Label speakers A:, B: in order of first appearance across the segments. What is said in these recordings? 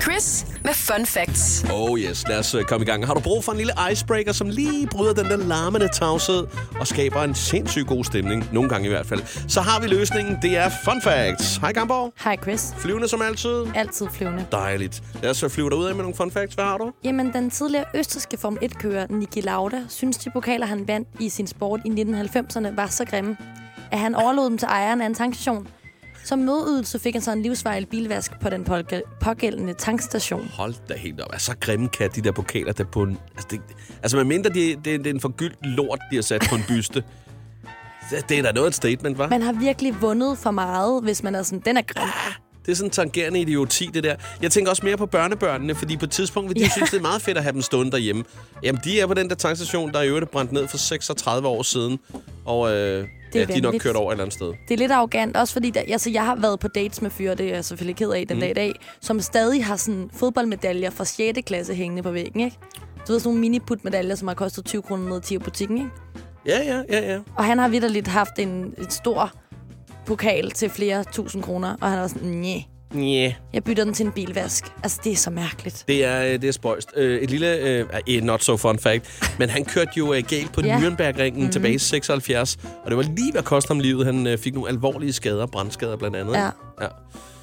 A: quiz med fun facts.
B: Oh yes, lad os øh, komme i gang. Har du brug for en lille icebreaker, som lige bryder den der larmende tavshed og skaber en sindssygt god stemning, nogle gange i hvert fald, så har vi løsningen. Det er Fun Facts. Hej Gamborg.
C: Hej Chris.
B: Flyvende som altid.
C: Altid flyvende.
B: Dejligt. Lad os så flyve derud af med nogle fun facts. Hvad har du?
C: Jamen, den tidligere østriske Form 1-kører Niki Lauda synes, de pokaler, han vandt i sin sport i 1990'erne, var så grimme, at han overlod dem til ejeren af en tankstation. Som modydelse fik han så en livsvejl bilvask på den polka- pågældende tankstation.
B: Hold da helt op. Altså, så grimme kan de der pokaler der på en... Altså, det, altså med mindre det, det, det er en forgyldt lort, de har sat på en byste. Det, det er da noget af et statement, var?
C: Man har virkelig vundet for meget, hvis man er sådan, den er grim.
B: Det er sådan en tangerende idioti, det der. Jeg tænker også mere på børnebørnene, fordi på et tidspunkt vil de ja. synes, det er meget fedt at have dem stående derhjemme. Jamen, de er på den der tankstation, der i øvrigt er brændt ned for 36 år siden. Og øh, ja, de er nok
C: vanvittigt.
B: kørt over et eller andet sted.
C: Det er lidt arrogant, også fordi der, altså, jeg har været på dates med fyre, det er jeg selvfølgelig ked af den mm. dag i dag, som stadig har sådan fodboldmedaljer fra 6. klasse hængende på væggen, ikke? Du ved, sådan nogle mini-put-medaljer, som har kostet 20 kroner ned i butikken, ikke?
B: Ja, ja, ja, ja.
C: Og han har vidderligt haft en, en stor pokal til flere tusind kroner, og han var sådan, nej,
B: Yeah.
C: jeg bytter den til en bilvask. Altså, det er så mærkeligt.
B: Det er, øh, det er spøjst. Øh, et lille, øh, eh, not so fun fact, men han kørte jo øh, galt på
C: Ja.
B: yeah. Nürnbergringen mm-hmm. tilbage i 76, og det var lige hvad kostede ham livet. Han øh, fik nogle alvorlige skader, brandskader blandt andet.
C: Ja.
B: ja.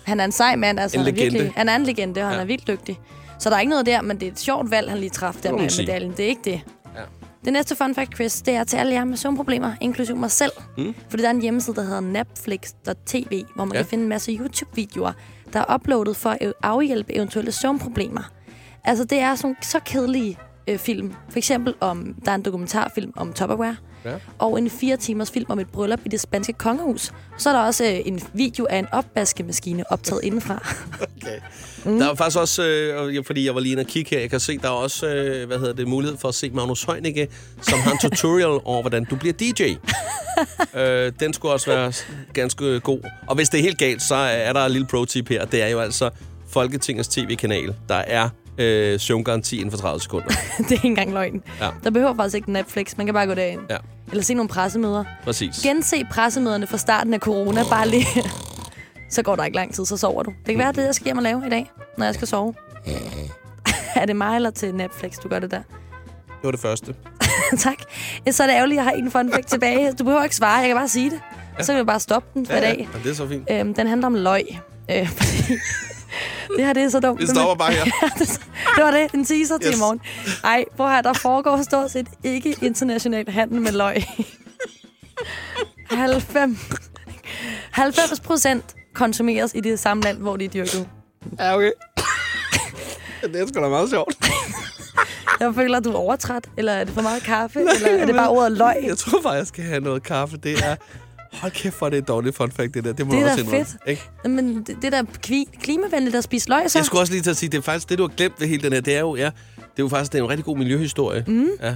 C: Han er en sej mand, altså.
B: En
C: han, er
B: legende.
C: virkelig, han er en legende, og ja.
B: Ja.
C: han er vildt dygtig. Så der er ikke noget der, men det er et sjovt valg, han lige træffede der
B: må man
C: med
B: sige.
C: medaljen. Det er ikke det.
B: Ja.
C: Det næste fun fact, Chris, det er til alle jer med søvnproblemer, inklusive mig selv. Mm. Fordi der er en hjemmeside, der hedder napflix.tv, hvor man
B: Ja.
C: ja. kan finde en masse YouTube-videoer, der er uploadet for at afhjælpe eventuelle søvnproblemer. Altså, det er sådan nogle så kedelige øh, film. For eksempel, om, der er en dokumentarfilm om Tupperware,
B: Ja.
C: ja. og en fire timers film om et bryllup i det spanske kongehus. Og så er der også øh, en video af en opvaskemaskine optaget indenfra.
B: Okay. Mm. Der er faktisk også, øh, og jeg- fordi jeg var lige inde og kigge her, jeg kan se, der er også øh, hvad hedder det, mulighed for at se Magnus Heunicke, som har en tutorial over, hvordan du bliver DJ. øh, den skulle også være s- ganske øh, god. Og hvis det er helt galt, så er der en lille pro-tip her. Det er jo altså Folketingets tv-kanal, der er øh, søvngaranti inden for 30 sekunder.
C: det er ikke engang løgn.
B: Ja.
C: Ja. Der behøver faktisk ikke Netflix. Man kan bare gå derind.
B: Ja.
C: Eller se nogle pressemøder.
B: Præcis.
C: Gense pressemøderne fra starten af corona, bare lige. så går der ikke lang tid, så sover du. Det kan være, det er det, jeg skal hjem og lave i dag, når jeg skal sove. er det mig eller til Netflix, du gør det der?
B: Det var det første.
C: tak. Så er det ærgerligt, at jeg har en fun fact tilbage. Du behøver ikke svare, jeg kan bare sige det. Så kan vi bare stoppe den for i dag.
B: Og det er så fint.
C: Øhm, den handler om løg. Øh, fordi det her, det er så dumt.
B: Vi stopper bare her.
C: det var det. En teaser til
B: Yes.
C: i morgen. Ej, hvor her, der foregår stort set ikke international handel med løg. 90, 90 procent konsumeres i det samme land, hvor de er dyrket.
B: Ja, okay. det er sgu da meget sjovt.
C: Jeg føler, at du er overtræt, eller er det for meget kaffe, eller er det bare ordet løg?
B: Jeg tror bare, jeg skal have noget kaffe. Det er... Hold kæft, hvor er det et dårligt fun fact, det der. Det må
C: Det
B: du
C: er
B: også
C: da
B: indrømme,
C: fedt.
B: Ikke?
C: Men det, det er da kvi- klimavenligt at spise løg, så.
B: Jeg skulle også lige til at sige, det er faktisk det, du har glemt ved hele den her. Det er jo, ja, det er jo faktisk det er en rigtig god miljøhistorie. Mm. Ja.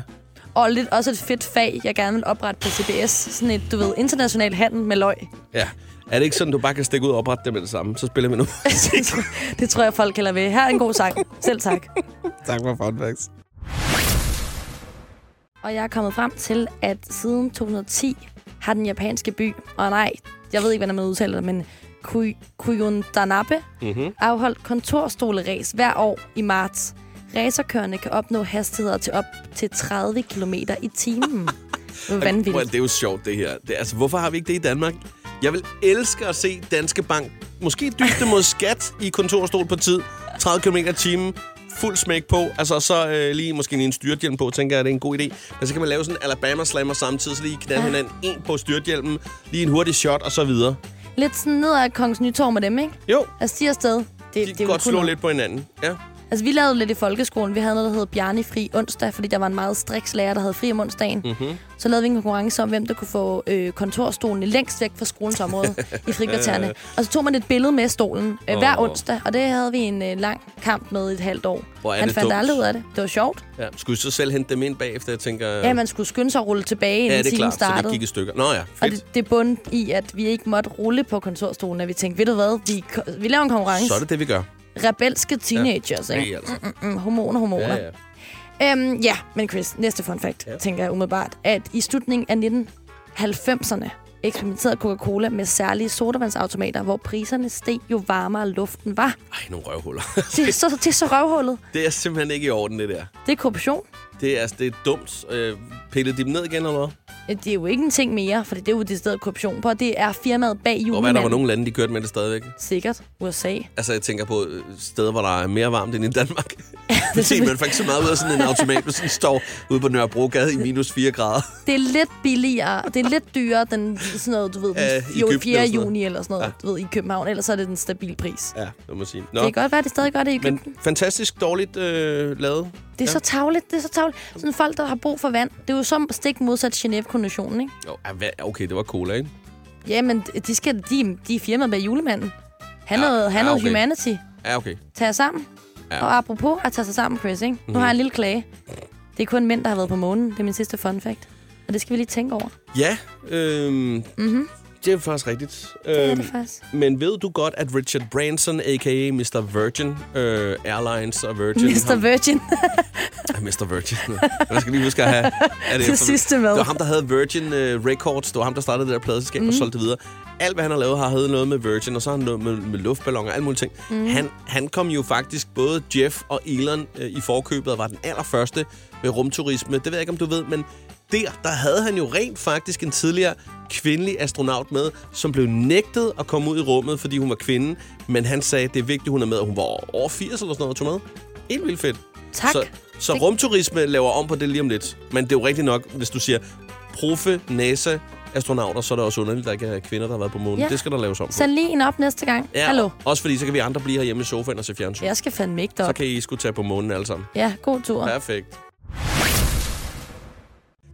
C: Og lidt også et fedt fag, jeg gerne vil oprette på CBS. Sådan et, du ved, international handel med løg.
B: ja. Er det ikke sådan, du bare kan stikke ud og oprette det med det samme? Så spiller vi nu.
C: det tror jeg, folk kalder ved. Her er en god sang. Selv tak.
B: tak for fun facts.
C: Og jeg er kommet frem til, at siden 2010 har den japanske by, og nej, jeg ved ikke, hvordan man udtaler det, men Kuy- Kuyundanabe mm-hmm. afholdt kontorstoleræs hver år i marts. Racerkørende kan opnå hastigheder til op til 30 km i timen. Det var
B: Prøv,
C: vanvittigt.
B: at- det er jo sjovt, det her. Det, altså, hvorfor har vi ikke det i Danmark? Jeg vil elske at se Danske Bank måske dybde mod skat i kontorstol på tid. 30 km i timen, fuld smæk på, altså og så øh, lige måske lige en styrthjelm på, tænker jeg, det er en god idé. Men så kan man lave sådan en Alabama Slammer samtidig, så lige knalde hinanden en på styrthjelmen, lige en hurtig shot og så videre.
C: Lidt sådan ned ad Kongens Nytorv med dem, ikke?
B: Jo,
C: Altså, de er afsted. Det,
B: de
C: det er
B: kan
C: jo
B: godt slå
C: kun noget.
B: lidt på hinanden. Ja.
C: Altså, vi lavede lidt i folkeskolen. Vi havde noget, der hed Bjarnefri onsdag, fordi der var en meget striks lærer, der havde fri om onsdagen. Mm-hmm. Så lavede vi en konkurrence om, hvem der kunne få øh, kontorstolen længst væk fra skolens område i frikvartererne. Og så tog man et billede med stolen øh, hver
B: Åh.
C: onsdag, og det havde vi en øh, lang kamp med i et halvt år.
B: Hvor er
C: Han
B: det
C: fandt
B: dumt.
C: aldrig ud af det. Det var sjovt.
B: ja. Skulle I så selv hente dem ind bagefter, jeg tænker...
C: Ja, man skulle skynde sig at rulle tilbage,
B: ja,
C: inden
B: det er
C: timen
B: klart, så det
C: startede.
B: gik i stykker. Nå ja,
C: og
B: fedt.
C: det, det bund i, at vi ikke måtte rulle på kontorstolen, at vi tænkte, ved du hvad, vi, ko- vi laver en konkurrence.
B: Så er det det, vi gør.
C: Rebelske teenagers,
B: Ja,
C: ikke?
B: altså.
C: Mm, hormoner, hormoner.
B: Ja, ja.
C: Øhm, ja, men Chris, næste fun fact, ja. tænker jeg umiddelbart, at i slutningen af 1990'erne, eksperimenterede Coca-Cola med særlige sodavandsautomater, hvor priserne steg jo varmere luften var.
B: Ej, nogle røvhuller.
C: Det er så, det er så røvhullet.
B: det er simpelthen ikke i orden, det der.
C: Det er korruption.
B: Det er, altså, det er dumt. Øh, pillede de dem ned igen, eller hvad?
C: Det er jo ikke en ting mere, for det er jo det sted korruption på, og det er firmaet bag
B: Og hvad,
C: julemanden.
B: der var nogle lande, de kørte med det stadigvæk?
C: Sikkert. USA.
B: Altså, jeg tænker på øh, steder, hvor der er mere varmt end i Danmark.
C: er
B: Fordi man
C: selvfølgelig-
B: faktisk så meget ud af sådan en automat, hvis den står ude på Nørrebrogade i minus 4 grader.
C: Det er lidt billigere, det er lidt dyrere den sådan noget, du ved, den
B: Øh, Egypten
C: jo, 4.
B: eller sådan noget.
C: juni eller sådan noget, ja. du ved, i København. Ellers så er det den stabil pris.
B: Ja, det må sige.
C: Det
B: Nå,
C: kan godt være, at det stadig gør det i Egypten.
B: men fantastisk dårligt øh, lavet.
C: Det er ja. så tavligt, det er så tavligt. Sådan folk, der har brug for vand, det er jo som stik modsat Genève-konventionen, ikke?
B: Jo, ah, hvad- Okay, det var cola, ikke?
C: Jamen, de, skal, de, de er firmaet bag julemanden. Han ja, noget, han
B: ja,
C: ja,
B: okay.
C: okay. humanity.
B: Ja, okay.
C: Tag jer sammen.
B: Ja.
C: Ja. Og apropos at tage sig sammen, Chris, ikke? Nu har jeg en lille klage. Det er kun mænd, der har været på månen. Det er min sidste fun fact. Og det skal vi lige tænke over.
B: Ja, øhm, mm-hmm. det er faktisk rigtigt.
C: Det er
B: Øhm,
C: det faktisk.
B: men ved du godt, at Richard Branson, a.k.a. Mr. Virgin øh, Airlines og Virgin...
C: Mr. Virgin.
B: Ham, Mr. Virgin. Man skal lige huske at have... Er
C: Det sidste med.
B: Det var ham, der havde Virgin øh, Records. Det var ham, der startede det der pladeselskab mm. og solgte det videre. Alt, hvad han har lavet, har havde noget med Virgin, og så har han noget med, med luftballoner og alle mulige ting. Mm. Han, han kom jo faktisk både Jeff og Elon øh, i forkøbet og var den allerførste med rumturisme. Det ved jeg ikke, om du ved, men der, der havde han jo rent faktisk en tidligere kvindelig astronaut med, som blev nægtet at komme ud i rummet, fordi hun var kvinde. Men han sagde, det er vigtigt, hun er med, og hun var over 80 eller sådan noget, og tog med. Helt vildt fedt.
C: Tak.
B: Så, så rumturisme laver om på det lige om lidt. Men det er jo rigtigt nok, hvis du siger profe, NASA, astronauter, så er det også underligt, at der ikke er kvinder, der har været på månen. Ja.
C: Ja.
B: Det skal der laves om på.
C: Send lige en op næste gang. Ja. Hallo.
B: Også fordi, så kan vi andre blive herhjemme i sofaen og se fjernsyn.
C: Jeg skal fandme ikke
B: Så
C: derop.
B: kan I sgu tage på månen alle sammen.
C: Ja, god tur.
B: Perfekt.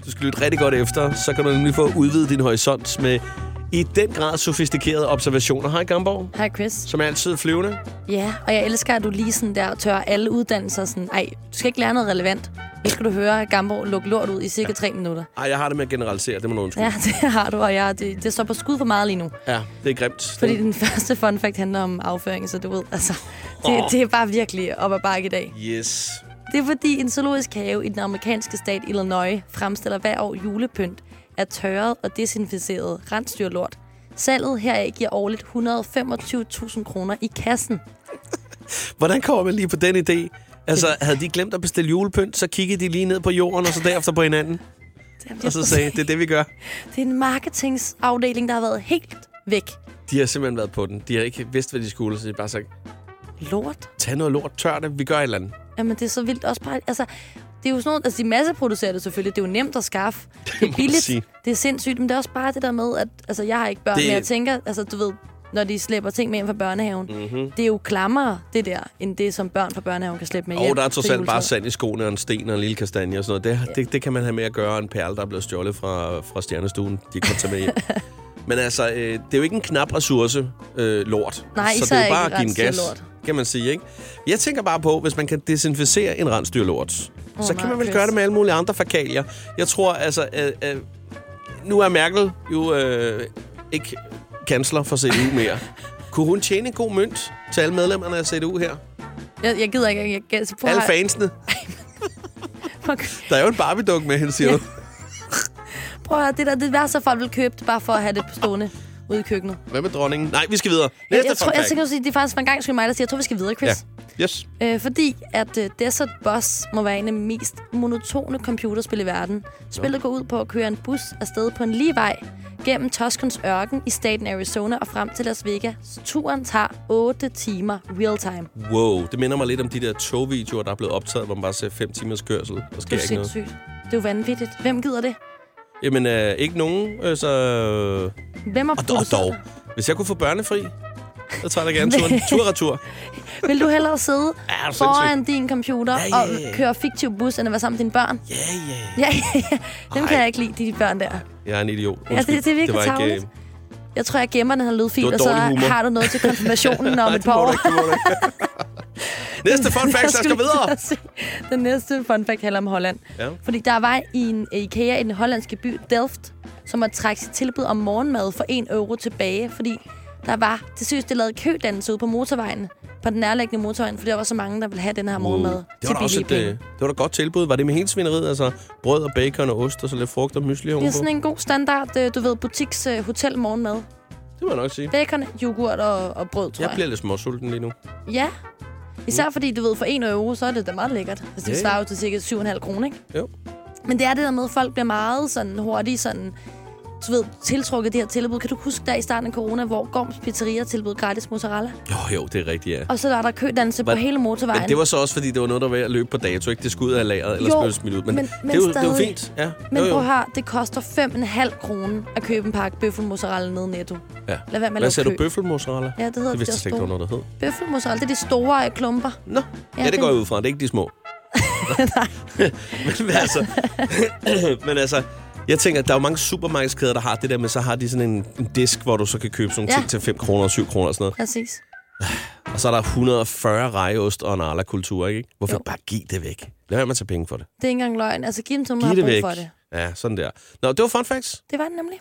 B: Du skal lytte rigtig godt efter, så kan du nemlig få udvidet din horisont med i den grad sofistikerede observationer. Hej Gamborg,
C: Hej, Chris.
B: som er altid flyvende.
C: Ja, og jeg elsker, at du lige sådan der tør alle uddannelser sådan, ej, du skal ikke lære noget relevant. Nu skal du høre Gambo lukke lort ud i cirka tre minutter.
B: Ej, jeg har det med at generalisere, det må du undskylde.
C: Ja, det har du, og jeg, det, det står på skud for meget lige nu.
B: ja det er grimt.
C: Fordi den første fun fact handler om afføring, så du ved, altså, det, det er bare virkelig op ad bakke i dag.
B: Yes.
C: Det er fordi en zoologisk have i den amerikanske stat Illinois fremstiller hver år julepynt af tørret og desinficeret rensdyrlort. Salget heraf giver årligt 125.000 kroner i kassen.
B: Hvordan kommer man lige på den idé? Altså, havde de glemt at bestille julepynt, så kiggede de lige ned på jorden, og så derefter på hinanden.
C: Jamen,
B: Og så sagde det er det, vi gør.
C: det er en marketingsafdeling, der har været helt væk.
B: De har simpelthen været på den. De har ikke vidst, hvad de skulle, så de har bare sagt,
C: Lort.
B: tag noget lort, tør det, vi gør et eller andet.
C: Jamen, det er så vildt også bare... Altså, det er jo sådan noget, altså de masseproducerer det selvfølgelig, det er jo nemt at skaffe, det er
B: man
C: billigt,
B: sige.
C: det er sindssygt, men det er også bare det der med, at altså, jeg har ikke børn,
B: Det-
C: det... men jeg tænker, altså du ved, når de slæber ting med hjem fra børnehaven, mm-hmm. det er jo klammere, det der, end det, som børn fra børnehaven kan slæbe med hjem.
B: Og der er
C: til
B: trods alt bare
C: juletræet.
B: sand i skoene, og en sten og en lille kastanje og sådan noget. Det, det, det kan man have med at gøre, og en perle, der er blevet stjålet fra, fra stjernestuen. De kan tage med hjem. Men altså, øh, det er jo ikke en knap ressource, øh, lort.
C: Nej,
B: så det
C: især
B: er jo bare
C: ikke
B: at give den gas,
C: rensdyrlort.
B: kan man sige, ikke? Jeg tænker bare på, hvis man kan desinficere en rensdyrlort, oh, så kan
C: nej,
B: man vel
C: Chris.
B: gøre det med alle mulige andre fakalier. Jeg tror, altså, øh, øh, nu er Merkel jo øh, ikke kansler for CDU mere. Kunne hun tjene en god mønt til alle medlemmerne af CDU her?
C: Jeg, jeg gider ikke, jeg altså, gætter på
B: Alle fansene. Der er jo en barbie med hende, siger
C: Ja.
B: du.
C: Prøv at høre, det der, det værste, at folk vil købe det, bare for at have det stående ude i køkkenet.
B: Hvad med dronningen? Nej, vi skal videre.
C: Jeg,
B: Næste
C: jeg, tror, jeg
B: fun
C: tænker,
B: fact.
C: at det er faktisk for en gang skyld mig, der siger, jeg tror, vi skal videre, Chris.
B: Ja. Yes.
C: Øh, fordi at øh, Desert Bus må være en af de mest monotone computerspil i verden. Spillet går ud på at køre en bus afsted på en lige vej gennem Toskans ørken i staten Arizona og frem til Las Vegas. Turen tager 8 timer real time.
B: Wow, det minder mig lidt om de der togvideoer, der er blevet optaget, hvor man bare ser 5 timers kørsel. Der sker
C: Det er
B: ikke noget.
C: sindssygt. Det er jo vanvittigt. Hvem gider det?
B: Jamen, øh, ikke nogen, øh, så...
C: Hvem har
B: Og dog, og dog.
C: produceret
B: Hvis jeg kunne få børnefri, så tager jeg da gerne turen. Tur og retur.
C: det? Vil du hellere sidde
B: Ja, er du
C: foran din computer
B: Ja, ja, ja, ja.
C: og køre fiktiv bus, end at være sammen med dine børn?
B: Ja, ja.
C: Ja, ja, ja. Dem
B: Ej.
C: kan jeg ikke lide, de børn der.
B: Jeg er en idiot. Undskyld.
C: Ja, det, det er virkelig
B: var ikke, øh,
C: tarveligt. Jeg tror, jeg gemmer den her lydfil,
B: Det var
C: og så
B: dårlig humor.
C: har du noget til konfirmationen
B: nej,
C: om et
B: det
C: par
B: må du
C: år.
B: ikke, det må du ikke. Næste fun fact, så
C: Jeg
B: skal vi
C: skulle
B: videre.
C: lige til at sige, Den næste fun fact handler om Holland.
B: Ja.
C: Fordi der var i en IKEA i den hollandske by Delft, som måtte trække sit tilbud om morgenmad for 1 euro tilbage, fordi der var, det synes, det lavede kødannelse ude på motorvejen. På på den nærliggende motorøjen, fordi der var så mange, der ville have den her morgenmad
B: Uh, det
C: til
B: var da også
C: billige
B: et, øh,
C: penge.
B: det var da et godt tilbud. Var det med hele svineriet? Altså brød og bacon og ost og så lidt frugt og mysli
C: Det er
B: ovenpå?
C: sådan en god standard, øh, du ved, butiks øh, hotel morgenmad.
B: Det må jeg nok sige.
C: Bacon, yoghurt og, og brød, tror
B: Jeg
C: jeg.
B: bliver lidt småsulten lige nu.
C: Ja. Især fordi, du ved, for 1 euro, så er det da meget lækkert. Altså, det
B: Mm. Ja, ja.
C: svarer jo til cirka 7,5 kroner, ikke?
B: Jo.
C: Men det er det der med, at folk bliver meget sådan hurtigt sådan, du ved, tiltrukket af det her tilbud. Kan du huske der i starten af corona, hvor Gorms Pizzeria tilbød gratis mozzarella?
B: Jo, jo, det er rigtigt, ja.
C: Og så var der kødannelse på
B: Men-
C: hele motorvejen.
B: Men det var så også, fordi det var noget, der var ved at løbe på dato, ikke? Det skulle ud af lageret, ellers
C: Jo,
B: blev det smidt ud. Men,
C: men-
B: det,
C: men
B: er jo, det er jo
C: stadig.
B: fint. Ja,
C: Men
B: jo,
C: prøv
B: jo.
C: at høre, det koster 5,5 kroner at købe en pakke bøffel mozzarella nede i netto.
B: Ja.
C: Lad være med at
B: Hvad sagde
C: lave
B: du?
C: kø.
B: Bøffelmozzarella?
C: Ja, det hedder
B: det vidste jeg
C: det
B: slet ikke,
C: der
B: der var noget, der hed.
C: Bøffel mozzarella, det er de store øh, klumper.
B: Nå, ja, det
C: det-
B: går jeg ud fra. Det er ikke de små. men, altså, men altså, jeg tænker, der er jo mange supermarkedskæder, der har det der med, så har de sådan en, en disk, hvor du så kan købe sådan nogle
C: Ja.
B: ting til 5 kroner og 7 kroner og sådan noget.
C: Præcis.
B: Og så er der 140 rejeost og en arla-kultur, ikke? Hvorfor jo.
C: Jo.
B: bare give det væk? Lad være med at tage penge for det.
C: Det er ikke engang løgn. Altså, giv dem til, nogen,
B: Giv
C: der
B: det
C: har
B: væk.
C: brug for det.
B: Ja, sådan der. Nå, det var fun facts.
C: Det var det nemlig.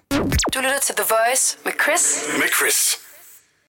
A: Du lytter til The Voice med Chris.
D: Med Chris.